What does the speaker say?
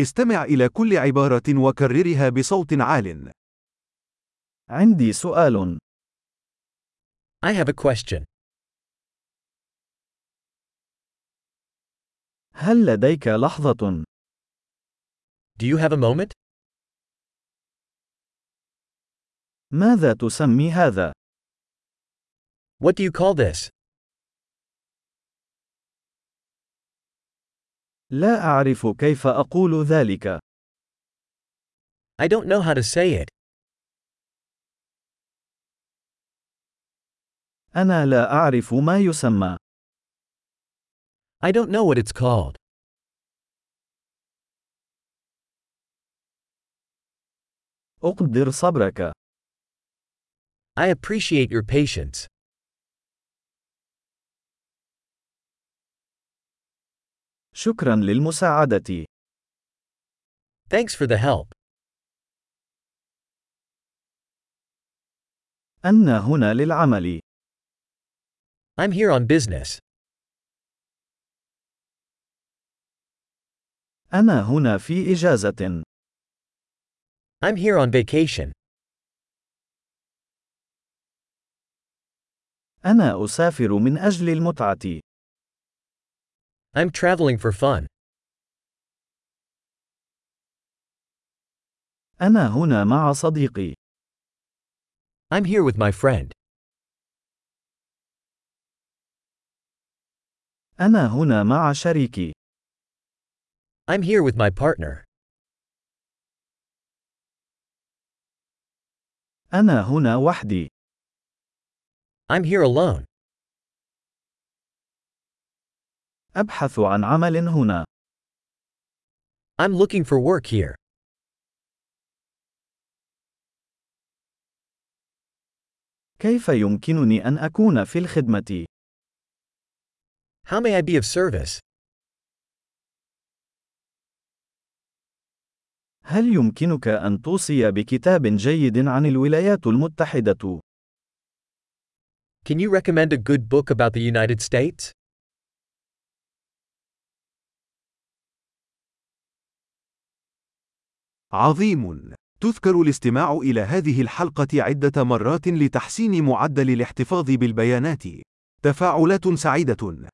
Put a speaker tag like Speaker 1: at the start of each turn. Speaker 1: استمع إلى كل عبارة وكررها بصوت عال.
Speaker 2: عندي سؤال.
Speaker 3: I have a question.
Speaker 2: هل لديك لحظة؟
Speaker 3: Do you have a moment?
Speaker 2: ماذا تسمي هذا؟
Speaker 3: What do you call this?
Speaker 2: لا أعرف كيف أقول ذلك.
Speaker 3: I don't know how to say it.
Speaker 2: أنا لا أعرف ما يسمى.
Speaker 3: I don't know what it's called.
Speaker 2: أقدر صبرك.
Speaker 3: I appreciate your patience.
Speaker 2: شكرا للمساعدة.
Speaker 3: Thanks for the help.
Speaker 2: أنا هنا للعمل.
Speaker 3: I'm here on business.
Speaker 2: أنا هنا في إجازة.
Speaker 3: I'm here on vacation.
Speaker 2: أنا أسافر من أجل المتعة.
Speaker 3: I'm traveling for fun.
Speaker 2: أنا هنا مع صديقي.
Speaker 3: I'm here with my friend.
Speaker 2: أنا هنا مع شريكي.
Speaker 3: I'm here with my partner.
Speaker 2: أنا هنا وحدي.
Speaker 3: I'm here alone.
Speaker 2: أبحث عن عمل هنا.
Speaker 3: I'm looking for work here.
Speaker 2: كيف يمكنني أن أكون في الخدمة؟
Speaker 3: How may I be of service?
Speaker 2: هل يمكنك أن توصي بكتاب جيد عن الولايات المتحدة؟
Speaker 3: Can you recommend a good book about the United States?
Speaker 1: عظيم! تذكر الاستماع إلى هذه الحلقة عدة مرات لتحسين معدل الاحتفاظ بالبيانات. تفاعلات سعيدة!